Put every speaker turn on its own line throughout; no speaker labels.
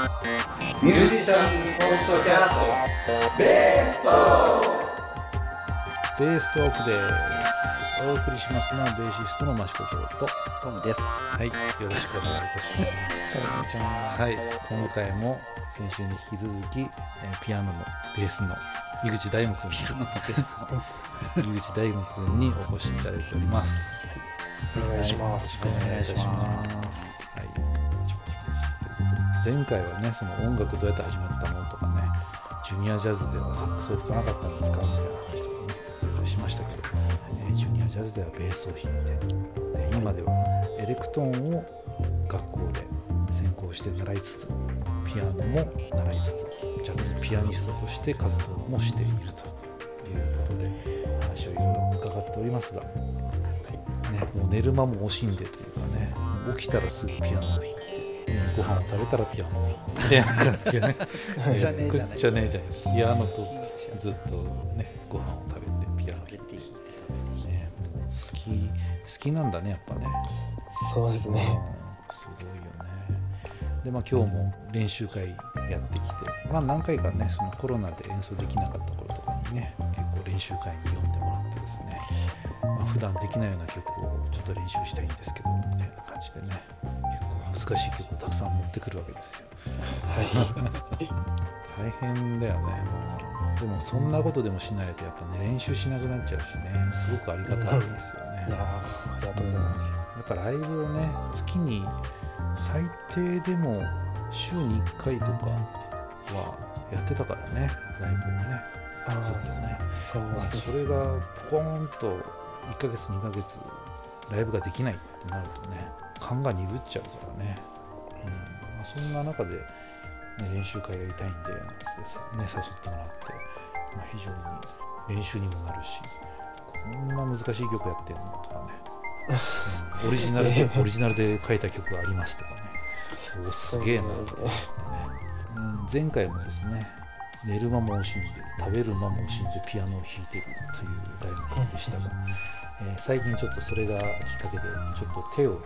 ミュージシャンポッドキャストベース
ベーストークです。お送りしますのはベーシストのマシコ長と、
トムです。
はい、よろしくお願いいたします。はい、今回も先週に引き続き、えーピアノのベースの井口大夢君
ピアノのベースの。
井口大夢君にお越しいただいております。
お願いします。
お願いいたします。はい。前回はね、その音楽どうやって始まったのとかね、ジュニアジャズではサックスを吹かなかったんですかみたいな話とかね、いろいろしましたけど、えージュニアジャズではベースを弾いて、で今ではエレクトーンを学校で専攻して習いつつ、ピアノも習いつつ、ジャズピアニストとして活動もしているということで、話をいろいろ伺っておりますが。ね、もう寝る間も惜しんでというかね起きたらすぐピアノを弾いて、うんご飯を食べたらピアノを弾いてって感 じでね
っちゃねえじゃない
食っちゃねえじゃないピアノとずっとねご飯を食べてピアノを弾いて、
て
ね、もう好き好きなんだねやっぱね
そうですね。
うんすごいよねでまあ今日も練習会やってきて、まあ、何回かねそのコロナで演奏できなかった頃とかにね結構練習会に呼んでもらってですね、まあ、普段できないような曲をちょっと練習したいんですけどみたいな感じでね結構難しい曲をたくさん持ってくるわけですよ大変だよねでもそんなことでもしないとやっぱね練習しなくなっちゃうしねすごくありがたいですよね、
いやーありがとうございま
やっぱライブをね月に最低でも週に1回とかはやってたからねライブをねず
す。
っとね、
あー
まあ、
そうです
そ
ね。
れがポコーンと1ヶ月2ヶ月ライブができないってなるとね勘が鈍っちゃうからね、うんまあ、そんな中で、ね、練習会やりたいんでなんつって、ね、誘ってもらって、まあ、非常に練習にもなるしこんな難しい曲やってんのとかね、 うんオリジナルでオリジナルで書いた曲がありますとかねおーすげえなとかね、うん、前回もですね寝る間も惜しんで食べる間も惜しんでピアノを弾いてるという大学でしたが、えー最近ちょっとそれがきっかけでちょっと手を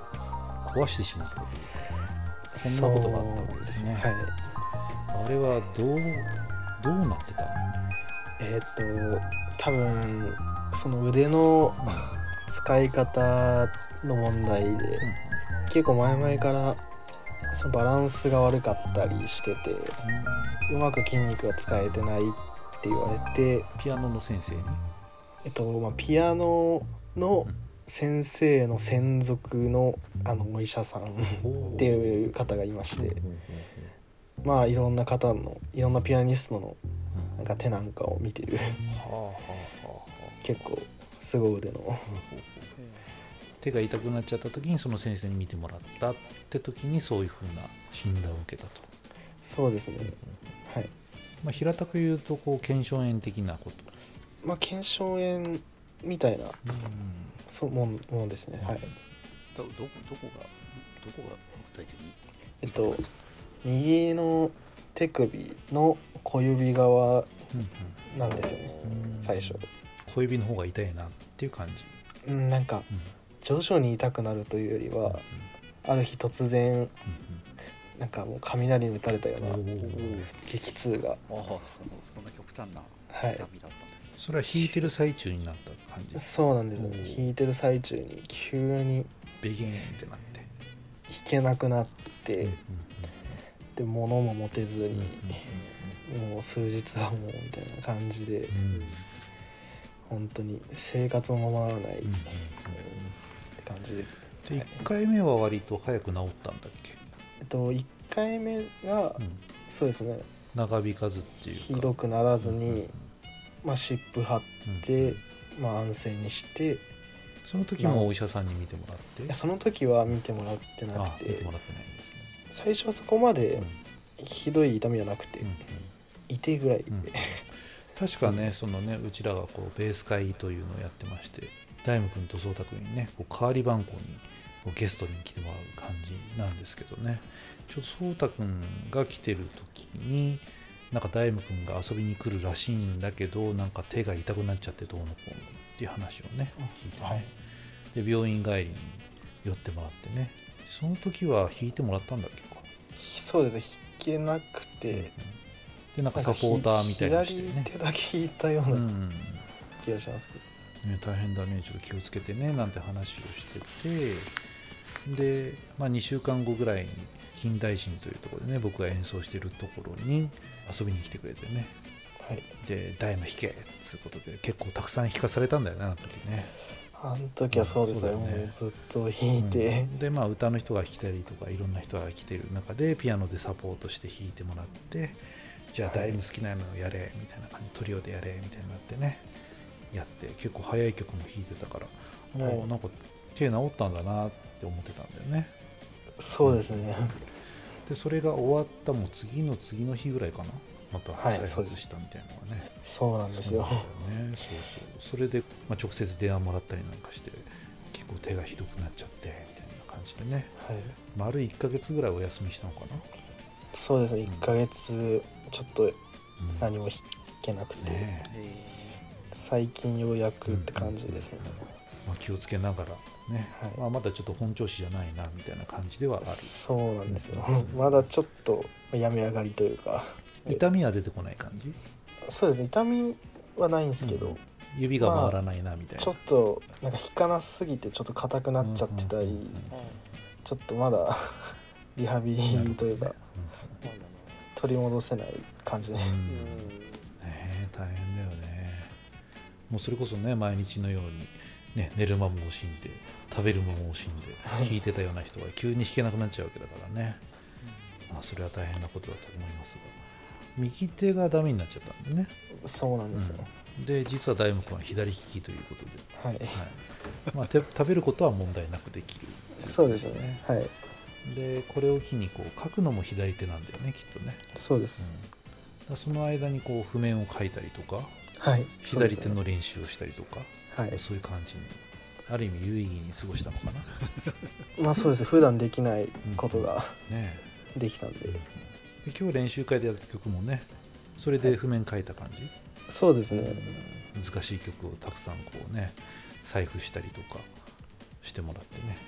壊してしまったというそんなことがあったわけですね
そうはい。
あれはどうどうなってたの
えーっと多分その腕の使い方の問題で、結構前々からそのバランスが悪かったりしてて、うまく筋肉が使えてないって言われて、
ピアノの先生に
えっとまあピアノの先生の専属のあのお医者さんっていう方がいまして。まあいろんな方のいろんなピアニストの
うん
なんか手なんかを見てる
はあはあはあ
結構すご腕の
手が痛くなっちゃった時にその先生に見てもらったって時にそういうふうな診断を受けたと、
そうですねはい
まあ、平たく言うとこう腱鞘炎的なこと、
まあ腱鞘炎みたいなそうもんものですねはい
どどこどこがどこが具体的に。
えっと右の手首の小指側
うんうん
なんですよね最初
小指の方が痛いなっていう感じ、
うんなんか
うん
徐々に痛くなるというよりはある日突然なんかもう雷に打たれたよう
う
なん
うんうんおー
激痛が
ああそのそんな極端な
はい
痛みだったんですね。
それは弾いてる最中になった感じ
そうなんですよね
おー
弾いてる最中に急に
ベゲーンってなって、
弾けなくなって、
うんうん
で物も持てず
うん
に、もう数日はもうみたいな感じで
うん
本当に生活もままならない、
うん
って感じで、
で1回目は割と早く治ったんだっけ、
えっと、1回目が、
うん
そうですね
長引かずっていうか
ひどくならずに、まあ、湿布貼っ
うん
て、まあ、安静にしてい
その時もお医者さんに見てもらって
やその時は見てもらってな
あ
くて
見てもらってないんですね
最初はそこまで
うん
ひどい痛みはなくて、
うんうん
痛いぐらいで、
うん確かねそのねうちらがこうベース会というのをやってまして大夢君と颯太君にねこう代わり番号にこうゲストに来てもらう感じなんですけどねちょっと颯太君が来てる時になんか大夢君が遊びに来るらしいんだけどなんか手が痛くなっちゃってどうのこうのっていう話をね聞いてね、
はい
で病院帰りに寄ってもらってねその時は弾いてもらったんだっけか
そうですねけなくて
でなんかサポーターみたいにして
な
ね
んかひ左手だけ引いたよう
う
なん気がしますけど、
ね、大変だねちょっと気をつけてねなんて話をしててで、まあ、2週間後ぐらいに近代神というところでね僕が演奏してるところに遊びに来てくれてね
はい
で「ダイム弾け」っつうことで結構たくさん弾かされたんだよねあの時ね、
あの時はそうですね
そうだよね
もうずっと弾いて、
うんでまあ歌の人が弾いたりとかいろんな人が来てる中でピアノでサポートして弾いてもらってじゃあダイム好きなのをやれみたいな感じトリオでやれみたいになってねやって結構早い曲も弾いてたからも
は
う
い
なんか手治ったんだなって思ってたんだよね
そうですね
でそれが終わったもう次の次の日ぐらいかなまた
はい
再
そうで
発
す
したみたいなのがね、
そうなんですよ
そうなんだよねそうそうそれで、まあ、直接電話もらったりなんかして結構手がひどくなっちゃってみたいな感じでね
はい
丸1ヶ月ぐらいお休みしたのかな、
そうですね1ヶ月ちょっと
うん
何も弾けなくて、
ねえ
最近ようやくって感じですね、
まあ、気をつけながらね、
はい
まあ、まだちょっと本調子じゃないなみたいな感じではある
そうなんですよ
うん
まだちょっと病み上がりというか
痛みは出てこない感じ
そうですね痛みはないんですけど、
うん指が回らないなみたいな、
ちょっとなんか引かなすぎてちょっと硬くなっちゃってたり、
うんうんうんうん
ちょっとまだ リハビリというか
なんだ
取り戻せない感じで、
うん
ろう
ねえ大変だよねもうそれこそね毎日のように、ね、寝る間も惜しんで食べる間も惜しんで弾いてたような人が急に弾けなくなっちゃうわけだからね、まあ、それは大変なことだと思いますが右手がダメになっちゃったんでね
そうなんですよ、
で実は大夢君は左利きということで、
はい
はいまあ、て 食べることは問題なくできる
そうですよねはい
でこれを機にこう書くのも左手なんだよねきっとね、
そうで
うん
す、
だからその間にこう譜面を書いたりとか
はい
左手
そうですね
の練習をしたりとか
はい
そういう感じにある意味有意義に過ごしたのかなね
まあそうです普段できないことが
え
できたんで、
で今日練習会でやった曲もねそれで譜面書いた感じ、
そうですね
難しい曲をたくさんこうね採譜したりとかしてもらってね、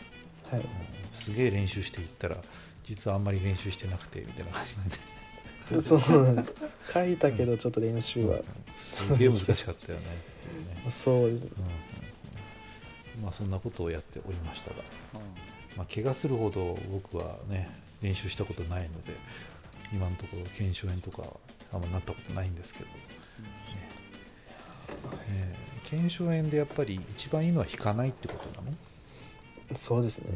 はい
うんすげえ練習していったら実はあんまり練習してなくてみたいな感じで
そうなんです書いたけどちょっと練習は、
すげえ難しかったよねっていうね、
そうですね
うんうんうんまあそんなことをやっておりましたが、
なうん
まあ、怪我するほど僕はね練習したことないので今のところ腱鞘炎とかはあんまなったことないんですけど、ねえー腱鞘炎でやっぱり一番いいのは引かないってことなの、
そうですね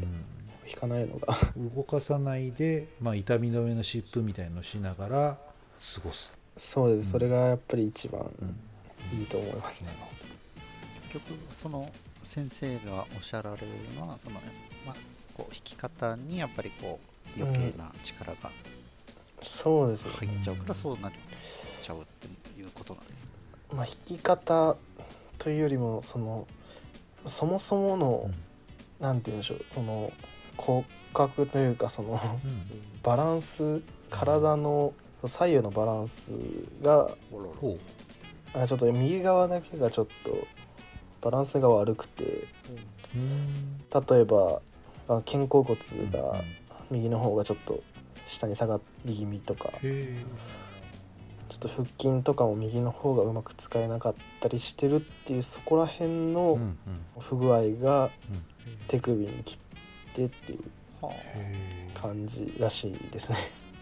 弾かないのが
うん動かさないで、まあ、痛み止めの湿布みたいのをしながら過ごす、
そうですそれがやっぱり一番
うん
いいと思いますね
結局その先生がおっしゃられるのはその、まあ、こう弾き方にやっぱりこう余計な力が
そうですね
入っちゃうからそうなっちゃうっていうことなんです、
まあ弾き方というよりもそのそもそもの、なんて言うんでしょうその骨格というかその
うん
バランス体の左右のバランスが
ほ
あちょっと右側だけがちょっとバランスが悪くて
ううん
例えばあ肩甲骨
うん
が右の方がちょっと下に下がり気味とか
へえ
ちょっと腹筋とかも右の方がうまく使えなかったりしてるっていうそこら辺
うんう
の
ん
不具合が
うん
手首に切ってっていう
は
へえ
感じらしいですね。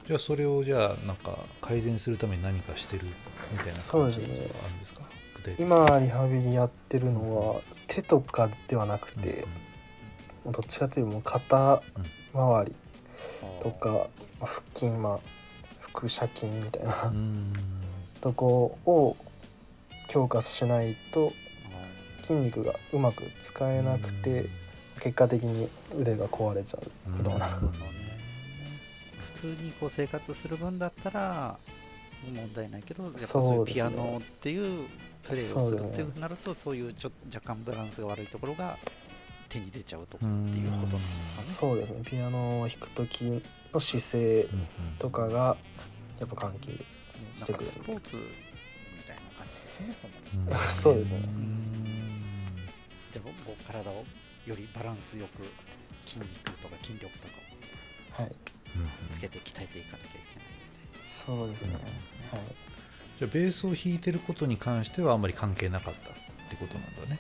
じゃあそれをじゃあなんか改善するために何かしてるみたいな
そうで
感
す
じが
ね
あるんですか具体的に
今リハビリやってるのは手とかではなくてもうどっちかというともう肩周り
あ
とかまあ腹筋まあ腹斜筋みたいな
うんうん
とこを強化しないと筋肉がうまく使えなくて結果的に腕が壊れちゃうみたいな
なるほどね普通にこう生活する分だったら問題ないけどやっぱそうい
そう
う
ですね
ピアノっていうプレーをす
そう
るっ
です
て
ね
なるとそういうちょっと若干バランスが悪いところが手に出ちゃうとか
う
っ
ん
ていうことなんですかね。
そうですねピアノを弾く時の姿勢
うんうん
とかがやっぱ関係
なんかスポーツみたいな感じですね。その
うん
そうですね
ん
じゃあこう体をよりバランスよく筋肉とか筋力と
は
か
い
うん
をつけて鍛えていかなきゃいけないみたい
そうですね、はい、
じゃあベースを弾いてることに関してはあんまり関係なかったってことなんだね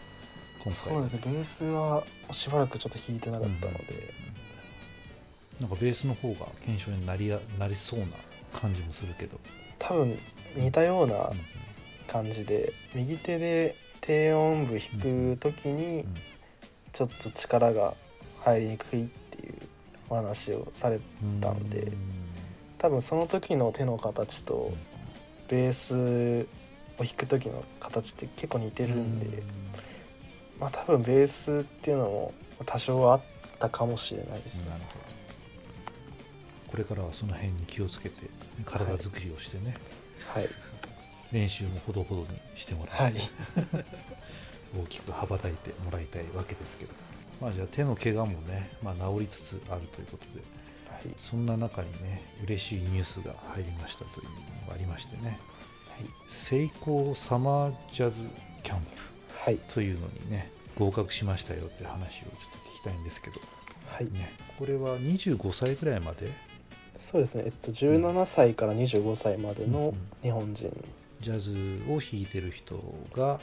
今回
そうですねベースはしばらくちょっと弾いてなかったので、
なんかベースの方が検証になりやなりそうな感じもするけど、
多分似たような
うん
感じで右手で低音部弾く時に
うん
ちょっと力が入りにくいっていうお話をされ
うん
たんで多分その時の手の形とベースを弾く時の形って結構似てるんで、まあ多分ベースっていうのも多少はあったかもしれないですね。
なるほどこれからはその辺に気をつけて体作りをしてね、
はい、
練習もほどほどにしてもらって、
はい、
大きく羽ばたいてもらいたいわけですけどまあじゃあ手の怪我もね、まあ、治りつつあるということで
はい
そんな中にね嬉しいニュースが入りましたというのがありましてね成功サマージャズキャンプ
はい
というのにね合格しましたよっていう話をちょっと聞きたいんですけど、
はい、
ね、これは25歳ぐらいまで
そうですね、えっと、17歳から25歳まで
う
の
ん
日本人、
ジャズを弾いてる人が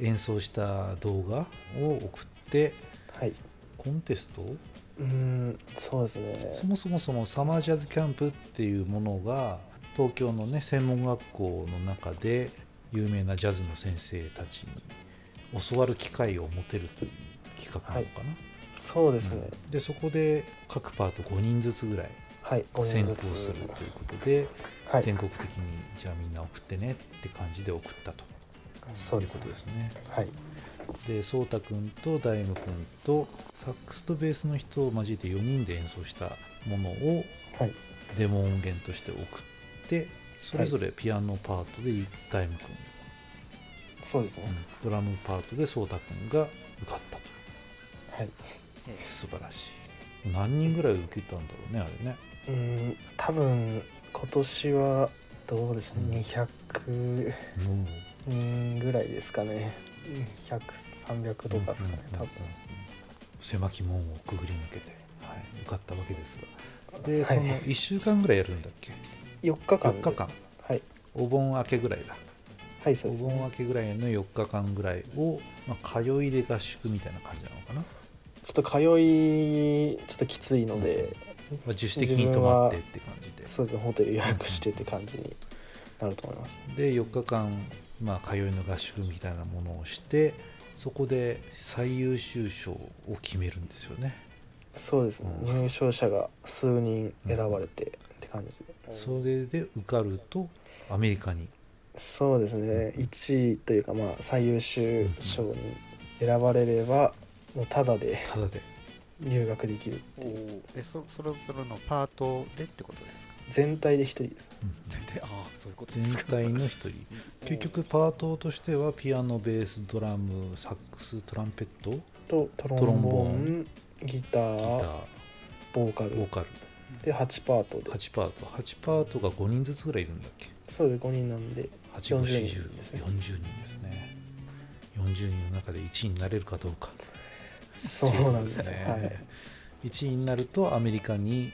演奏した動画を送って
はい
コンテスト
うーんそうですね
そもそもそのサマージャズキャンプっていうものが東京のね専門学校の中で有名なジャズの先生たちに教わる機会を持てるという企画なのかな、
そうですね、
うんでそこで各パート5人ずつぐらい
はい5
選
人
考
ずつ
するということで、
はい
全国的にじゃあみんな送ってねって感じで送ったと
そう
い
で
う
す
こ
ね
とですね。
はい
で颯太君と大夢君とサックスとベースの人を交えて4人で演奏したものを
はい
デモ音源として送ってそれぞれピアノパートで大夢君、
そうですね、
うんドラムパートで颯太君が受かったと
はい
ええ
素晴らしい何人ぐらい受けたんだろうねあれね
うーん多分今年はどうでしょうね200
うん
人ぐらいですかね200300とかですかね多分
狭き門をくぐり抜けて、はい、受かったわけですがで、
はい
その1週間ぐらいやるんだっけ
4日間
4
です
日間
はい
お盆明けぐらいだ
はいそう
お
です
盆
ね
明けぐらいの4日間ぐらいを、まあ、通いで合宿みたいな感じなのかな、
ちょっと通いちょっときついので、
まあ、自主的に泊まってって感じで
そうですねホテル予約してって感じになると思います
で4日間、まあ、通いの合宿みたいなものをしてそこで最優秀賞を決めるんですよね、
そうですね、
うん
入賞者が数人選ばれてって感じで、
それで受かるとアメリカに
そうですね1位というかまあ最優秀賞に選ばれればもうタダで
タダで
留学できる
えそそれぞれのパートでってことですか
全体で1人です
全体ああそういうこと
全
ですか
体の1人 結局パートとしてはピアノベースドラムサックストランペットギ
とトロンボーン
ロンボーン
ギタ
タ
ー
ー
ボーカ
ボ
ル
ーカル
で8パートで
8パート8パートが5人ずつぐらいいるんだっけ
そうで5人なんで
8 40
40
人
人
で
ですす
ね
ね
40人ですね40人の中で1位になれるかどうか
そうなんですね、はい
1位になるとアメリカに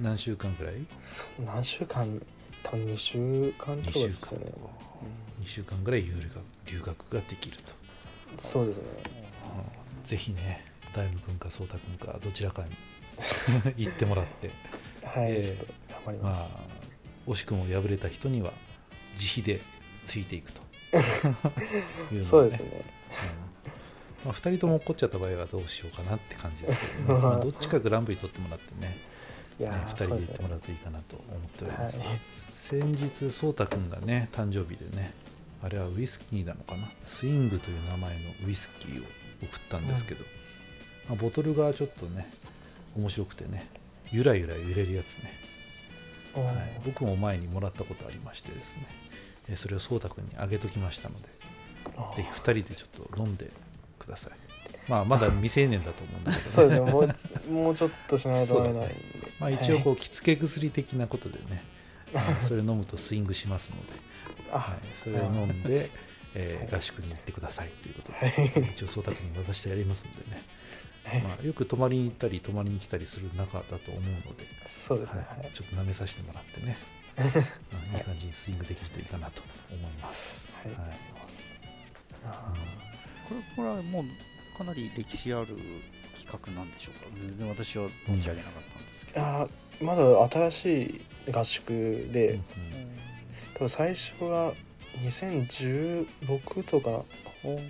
何週間ぐらい
そ何週間多分2週間とか
2
で
週
す
間
よね、
2週間ぐらい留学留学ができると、
うんそうですね
うんぜひね大夢君か颯太君かどちらかに 行ってもらって
はい、
ええ
ちょっと頑張り
ま
ます、
あ惜しくも敗れた人には自費でついてい くといのが
そうですね
うんまあ、2人とも落っこっちゃった場合はどうしようかなって感じですけ ど、ねまあどっちかグランプリ取ってもらってね
いや
ね
ー
2
そ
人
う
で
で
行
す
って
ね
もらうといいかなと思っており
は
ます、
い
先日颯太君がね誕生日でねあれはウイスキーなのかなスイングという名前のウイスキーを送ったんですけど、まあボトルがちょっとね面白くてねゆらゆら揺れるやつね、
おー
はい、僕も前にもらったことありましてですねえそれを颯太君にあげときましたので
あー
ぜひ2人でちょっと飲んでくださいまあまだ未成年だと思うんだけ ど、
そうですねもうちもうちょっとしないとダメなんで、
まあ、一応こう着付け薬的なことでね、はいそれ飲むとスイングしますので、
あ
はい、それを飲んで、えー合宿に行ってくださいということで、
はい
一応颯太君に渡してやりますんでね、
はい
まあ、よく泊まりに行ったり泊まりに来たりする中だと思うので、
そうですね、
はいちょっと舐めさせてもらってね、うんいい感じにスイングできるといいかなと思います。
はい
はい
あ
これこれはもうかなり歴史ある企画なんでしょうか全然私は存じ上げなかったんです
ー
けど、
あーまだ新しい合宿で、
うん
多分最初が2016とか
おーそう
うん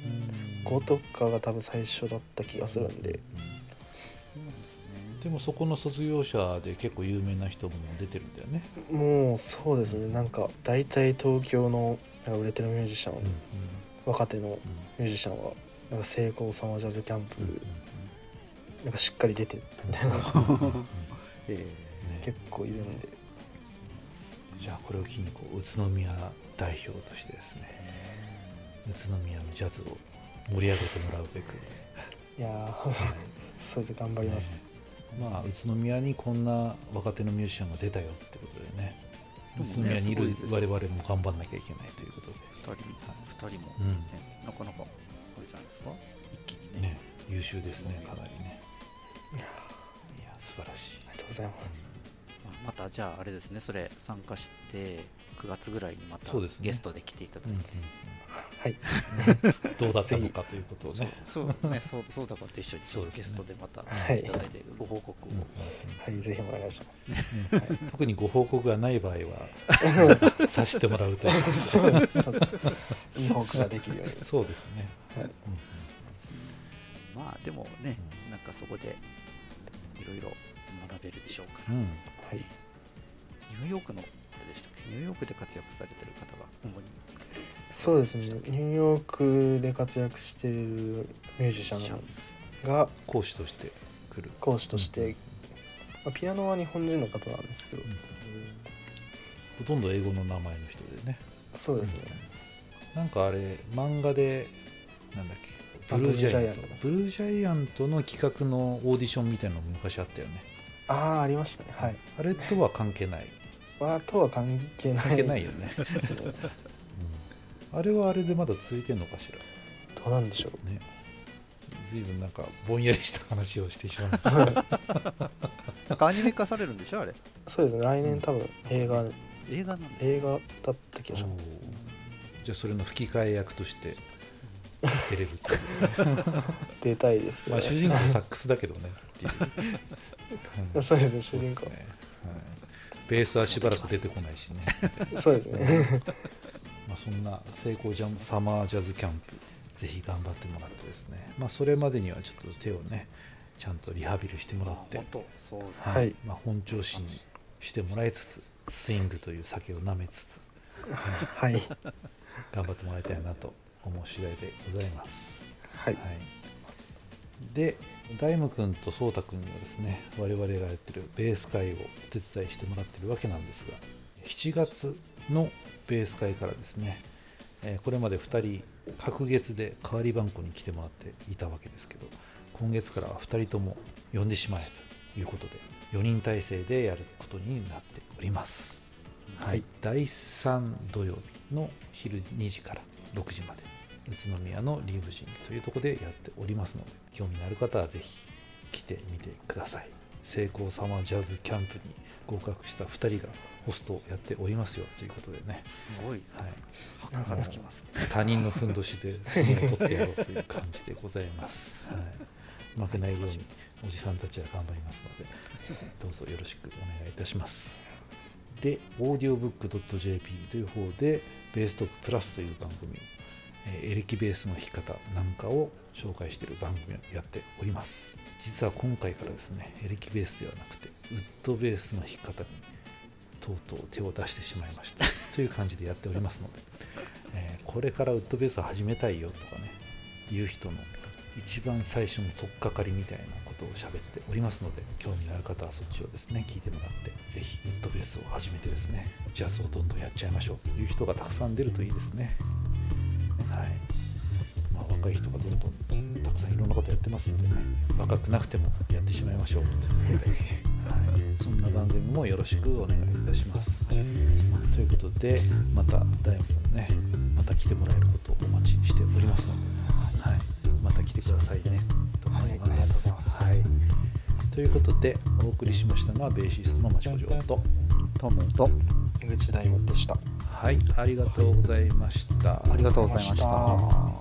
5とかが多分最初だった気がするんで、
う
なんです
ん
ね
でもそこの卒業者で結構有名な人も出てるんだよね。
もうそうですねなんか大体東京のなんか売れてるミュージシャン、
うんうん
若手のミュージシャンはなんか成功サマージャズキャンプ、なんかしっかり出てみたいなのが
え
ね
結構いるんで
じゃあこれを機にこう宇都宮代表としてですね宇都宮のジャズを盛り上げてもらうべく、
いやー そうです頑張ります、
まあ宇都宮にこんな若手のミュージシャンが出たよってことでね
でもね
宇都宮にいる
すごいです
我々も頑張んなきゃいけないということで、
ー、2人二人も、
うん
ねなかなかこれじゃないですか一気にね
ね、優秀ですねかなりね
いやー
いや素晴らしい
ありがとうございます
まあまたじゃああれですねそれ参加して9月ぐらいにまた
そうですね
ゲストで来ていただいて
はい
どうだったのかということをね
そう,、ね、そうそうだからと一緒に
そうですね
ゲストでまた
はい
いただいてご報告を、
うんうん
はいぜひお願いします
うん特にご報告がない場合 はさしてもらうという
そう ですねいい報告ができるように
そうですね、
はい
うんうん
まあでもねなんかそこでいろいろ学べるでしょうから、
うん、
はい
ニューヨークのあれでしたっけニューヨークで活躍されてる方が主に
そうですねニューヨークで活躍しているミュージシャンが
講師として来る、
講師として、まあ、ピアノは日本人の方なんですけど、
うんほとんど英語の名前の人でね
そうですね、
なんかあれ漫画でなんだっけブルージャイアントブルージャイアントの企画のオーディションみたいなのも昔あったよね
ああありましたねはい、
あれとは関係ない
まあ、とは関係ない
関係ないよ ね、
ですね
うんあれはあれでまだ続いてんのかしら
どうなんでしょう
ね随分なんかぼんやりした話をしてしまう
なんかアニメ化されるんでしょあれ
そうですね来年多分映画
映画なんです
映画だった気
お
が
ー
します
じゃあそれの吹き替え役として出れるってことですね
出たいですけど、
まあ主人公サックスだけどねっていうう ん
そうですね主人公
そうですねはいベースはしばらく出てこないしね
そうですね
まあそんな成功ジャムサマージャズキャンプぜひ頑張ってもらってですねまあそれまでにはちょっと手をねちゃんとリハビリしてもらって
本当そうですね
はい
はい
まあ、本調子にしてもらいつつスイングという酒を舐めつつ
はい
頑張ってもらいたいなと思う次第でございます
はい
はい、で大夢君と颯太君にはですね我々がやってるベース会をお手伝いしてもらってるわけなんですが7月のベース会からですね、えーこれまで2人隔月で代わり番号に来てもらっていたわけですけど今月からは2人とも呼んでしまえということで4人体制でやることになっております
はい
第3土曜日の昼2時から6時まで宇都宮のリーブジンというところでやっておりますので興味のある方はぜひ来てみてください成功サマージャズキャンプに合格した2人がホストをやっておりますよということでね、
すごいです
は
ね、
い、
箔がつきますね
他人のふんどしで相撲を取ってやろうという感じでございます、はい、負けないようにおじさんたちは頑張りますのでどうぞよろしくお願いいたしますで audiobook.jp という方でベーストッププラスという番組をえーエレキベースの弾き方なんかを紹介している番組をやっております実は今回からですねエレキベースではなくてウッドベースの弾き方にとうとう手を出してしまいましたという感じでやっておりますので、えーこれからウッドベースを始めたいよとかねいう人の一番最初の取っかかりみたいなことを喋っておりますので興味のある方はそっちをですね聞いてもらってぜひウッドベースを始めてですねジャズをどんどんやっちゃいましょうという人がたくさん出るといいですねはいまあ、若い人がどんどんたくさんいろんなことやってますのでね若くなくてもやってしまいましょうとい うことで、はい、そんな番組もよろしくお願いいたしますということでまた大門もねまた来てもらえることをお待ちしておりますので、はい、また来てくださいねと思います、
はいありがとうございます
はい、ということでお送りしましたのはベーシストの町子城と
トムと
山
江口大門でした
はいありがとうございました
ありがとうございました。